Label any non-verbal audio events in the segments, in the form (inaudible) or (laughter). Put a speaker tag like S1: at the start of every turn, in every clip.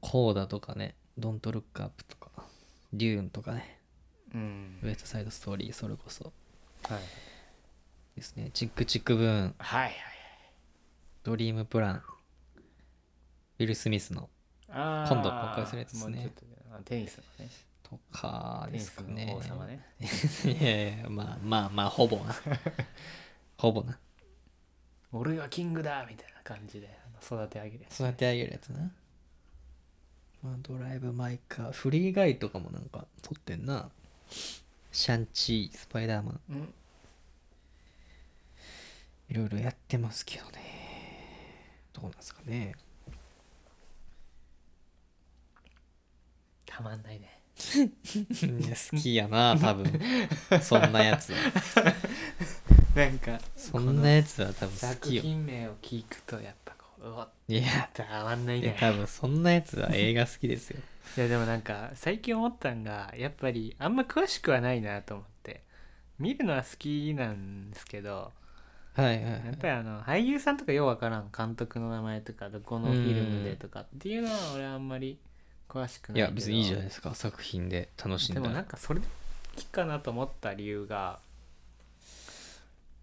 S1: ホーダとかね、ドントルックアップとか、デューンとかね、
S2: うん
S1: ウエストサイドストーリー、それこそ
S2: はい
S1: ですね、チックチックブーン、
S2: はいはい
S1: ドリームプラン、ウィル・スミスの
S2: あー
S1: 今度公開するやつですね
S2: もうちょっとあテニスのね
S1: とか
S2: テ
S1: で
S2: ニ
S1: す
S2: ス
S1: か
S2: の
S1: ね。
S2: 王様ね
S1: (laughs) いやいや、まあまあまあ、ほぼ
S2: (laughs)
S1: な。ほぼな。
S2: 俺がキングだみたいな感じで育て上げるやつ
S1: 育て上げるやつな。まあ、ドライブ・マイ・カー、フリーガイとかもなんか撮ってんな。シャンチー、スパイダーマン、
S2: うん
S1: いろいろやってますけどね。どうなんですかね。
S2: たまんないね
S1: いや好きや
S2: (laughs)
S1: な、多分。そんなやつは。
S2: なんか
S1: そんなやつは多分好
S2: 作
S1: きよ。
S2: 品名を聞くとやっぱこううわ
S1: いや、
S2: たまんない
S1: いや
S2: ね
S1: 多分そんなやつは映画好きですよ。
S2: いやでもなんか最近思ったんがやっぱりあんま詳しくはないなと思って見るのは好きなんですけど
S1: はいはいは
S2: やっ
S1: い。
S2: ぱりあの俳優さんとかようわからん監督の名前とかどこのフィルムでとかっていうのは俺あんまり詳しくな
S1: い
S2: いけど
S1: や、別にいいじゃないですか。作品で楽しんだ
S2: でも
S1: ら
S2: なんかそれでいいかなと思った理由が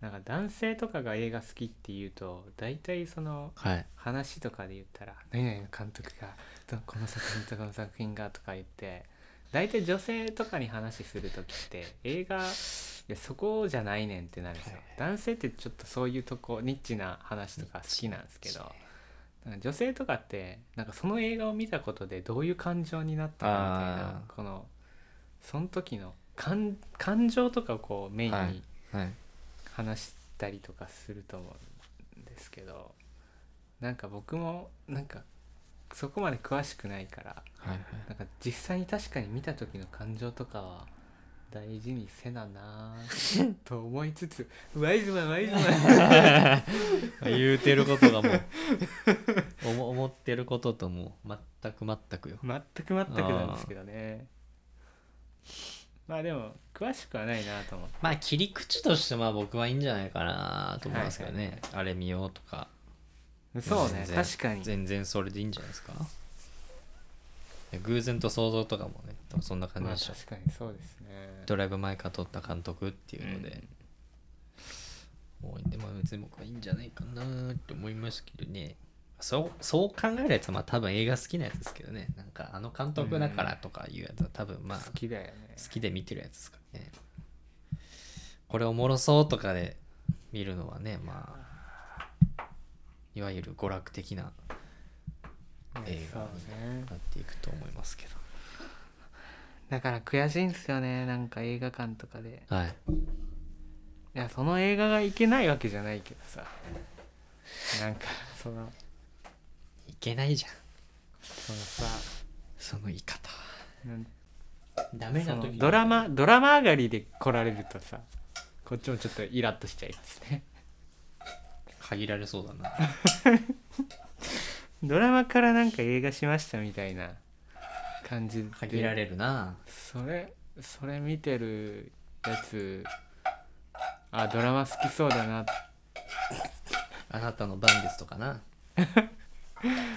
S2: なんか男性とかが映画好きっていうと大体その
S1: はい。
S2: 話とかで言ったら「何々の監督がどこの作品とこの作品が」とか言って大体女性とかに話する時って映画いやそこじゃないねんってなるんですよ、
S1: はい
S2: 男性ってちょっとそういうとこニッチな話とか好きなんですけどなんか女性とかってなんかその映画を見たことでどういう感情になったかみたいな
S1: あー
S2: このその時の感感情とかをこうメインに、
S1: はいはい。
S2: 話したりとかすると思うんですけどなんか僕もなんかそこまで詳しくないから
S1: はいはい。
S2: なんか実際に確かに見た時の感情とかは大事にせななあ (laughs) と思いつつ「ワイズマンワイズマン」 (laughs)
S1: 言うてることがもう思思ってることともう全く全くよ
S2: 全く全くなんですけどねまあでも詳しくはないなと思って
S1: まあ切り口としてまあ僕はいいんじゃないかなと思いますけどね、
S2: はいはい
S1: あれ見ようとか
S2: そうね
S1: 全然
S2: 確かに
S1: 全然それでいいんじゃないですかいや偶然と想像とかもね多分そんな感じ
S2: まあ
S1: でしょ、
S2: 確かにそうですね
S1: ドライブ・マイ・カー撮った監督っていうので、多いんでまあ別に僕はいいんじゃないかなって思いますけどねそうそう考えるやつはまあ多分映画好きなやつですけどねなんかあの監督だからとかいうやつは多分まあ
S2: 好きだよね
S1: 好きで見てるやつですからねこれおもろそうとかで見るのはねまあいわゆる娯楽的な映画
S2: そうね
S1: なっていくと思いますけ
S2: だから悔しいんですよねなんか映画館とかで
S1: どはい
S2: いやその映画がいけないわけじゃないけどさなんかその
S1: いけないじゃん
S2: そのさ
S1: その言い方は
S2: なん
S1: ダメ
S2: そ
S1: な
S2: の
S1: 時
S2: ドラマドラマ上がりで来られるとさこっちもちょっとイラッとしちゃいますね
S1: 限られそうだな
S2: ドラマからなんか映画しましたみたいな感じで
S1: (laughs) 限られるな
S2: それそれ見てるやつあドラマ好きそうだな
S1: あなたの番ですとか (laughs) なま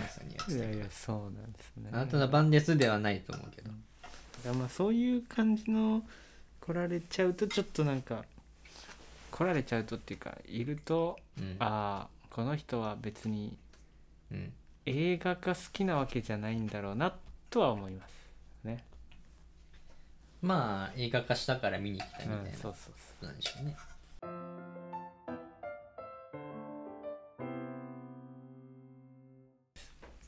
S1: さにやつ
S2: いやいやそうなんですね
S1: あなたの番ですではないと思うけど
S2: だからまあそういう感じの来られちゃうとちょっとなんか来られちゃうとっていうかいると
S1: うん
S2: ああこの人は別に
S1: うん
S2: 映画が好きなわけじゃないんだろうなとは思いますね、
S1: まあ映画化したから見に来たみ
S2: うん
S1: たいな、、
S2: そうそう
S1: なんでしょうね。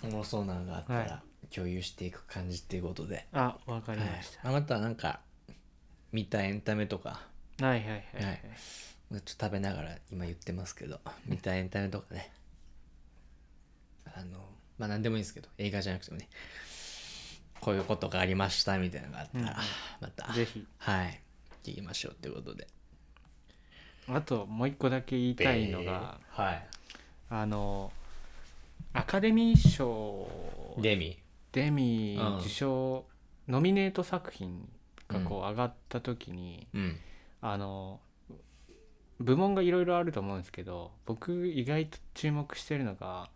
S1: おもろそうなのがあった
S2: は
S1: ら共有していく感じっていうことで、
S2: そうあわかり
S1: はい
S2: ました、
S1: あなたはなんか見たエンタメとか
S2: はい、はいはいはい、
S1: はいちょっと食べながら今言ってますけ
S2: (laughs)
S1: ど見たエンタメとかねあのまあ何でもいいんですけど映画じゃなくてもねこういうことがありましたみたいなのがあったら、
S2: うん
S1: また
S2: ぜひ
S1: はい聞きましょうってことで
S2: あともう一個だけ言いたいのが、
S1: はい
S2: あのアカデミー賞
S1: デミ
S2: デミ
S1: うん
S2: ー受賞、ノミネート作品がこう上がった時に、
S1: うん
S2: あの部門がいろいろあると思うんですけど僕意外と注目してるのが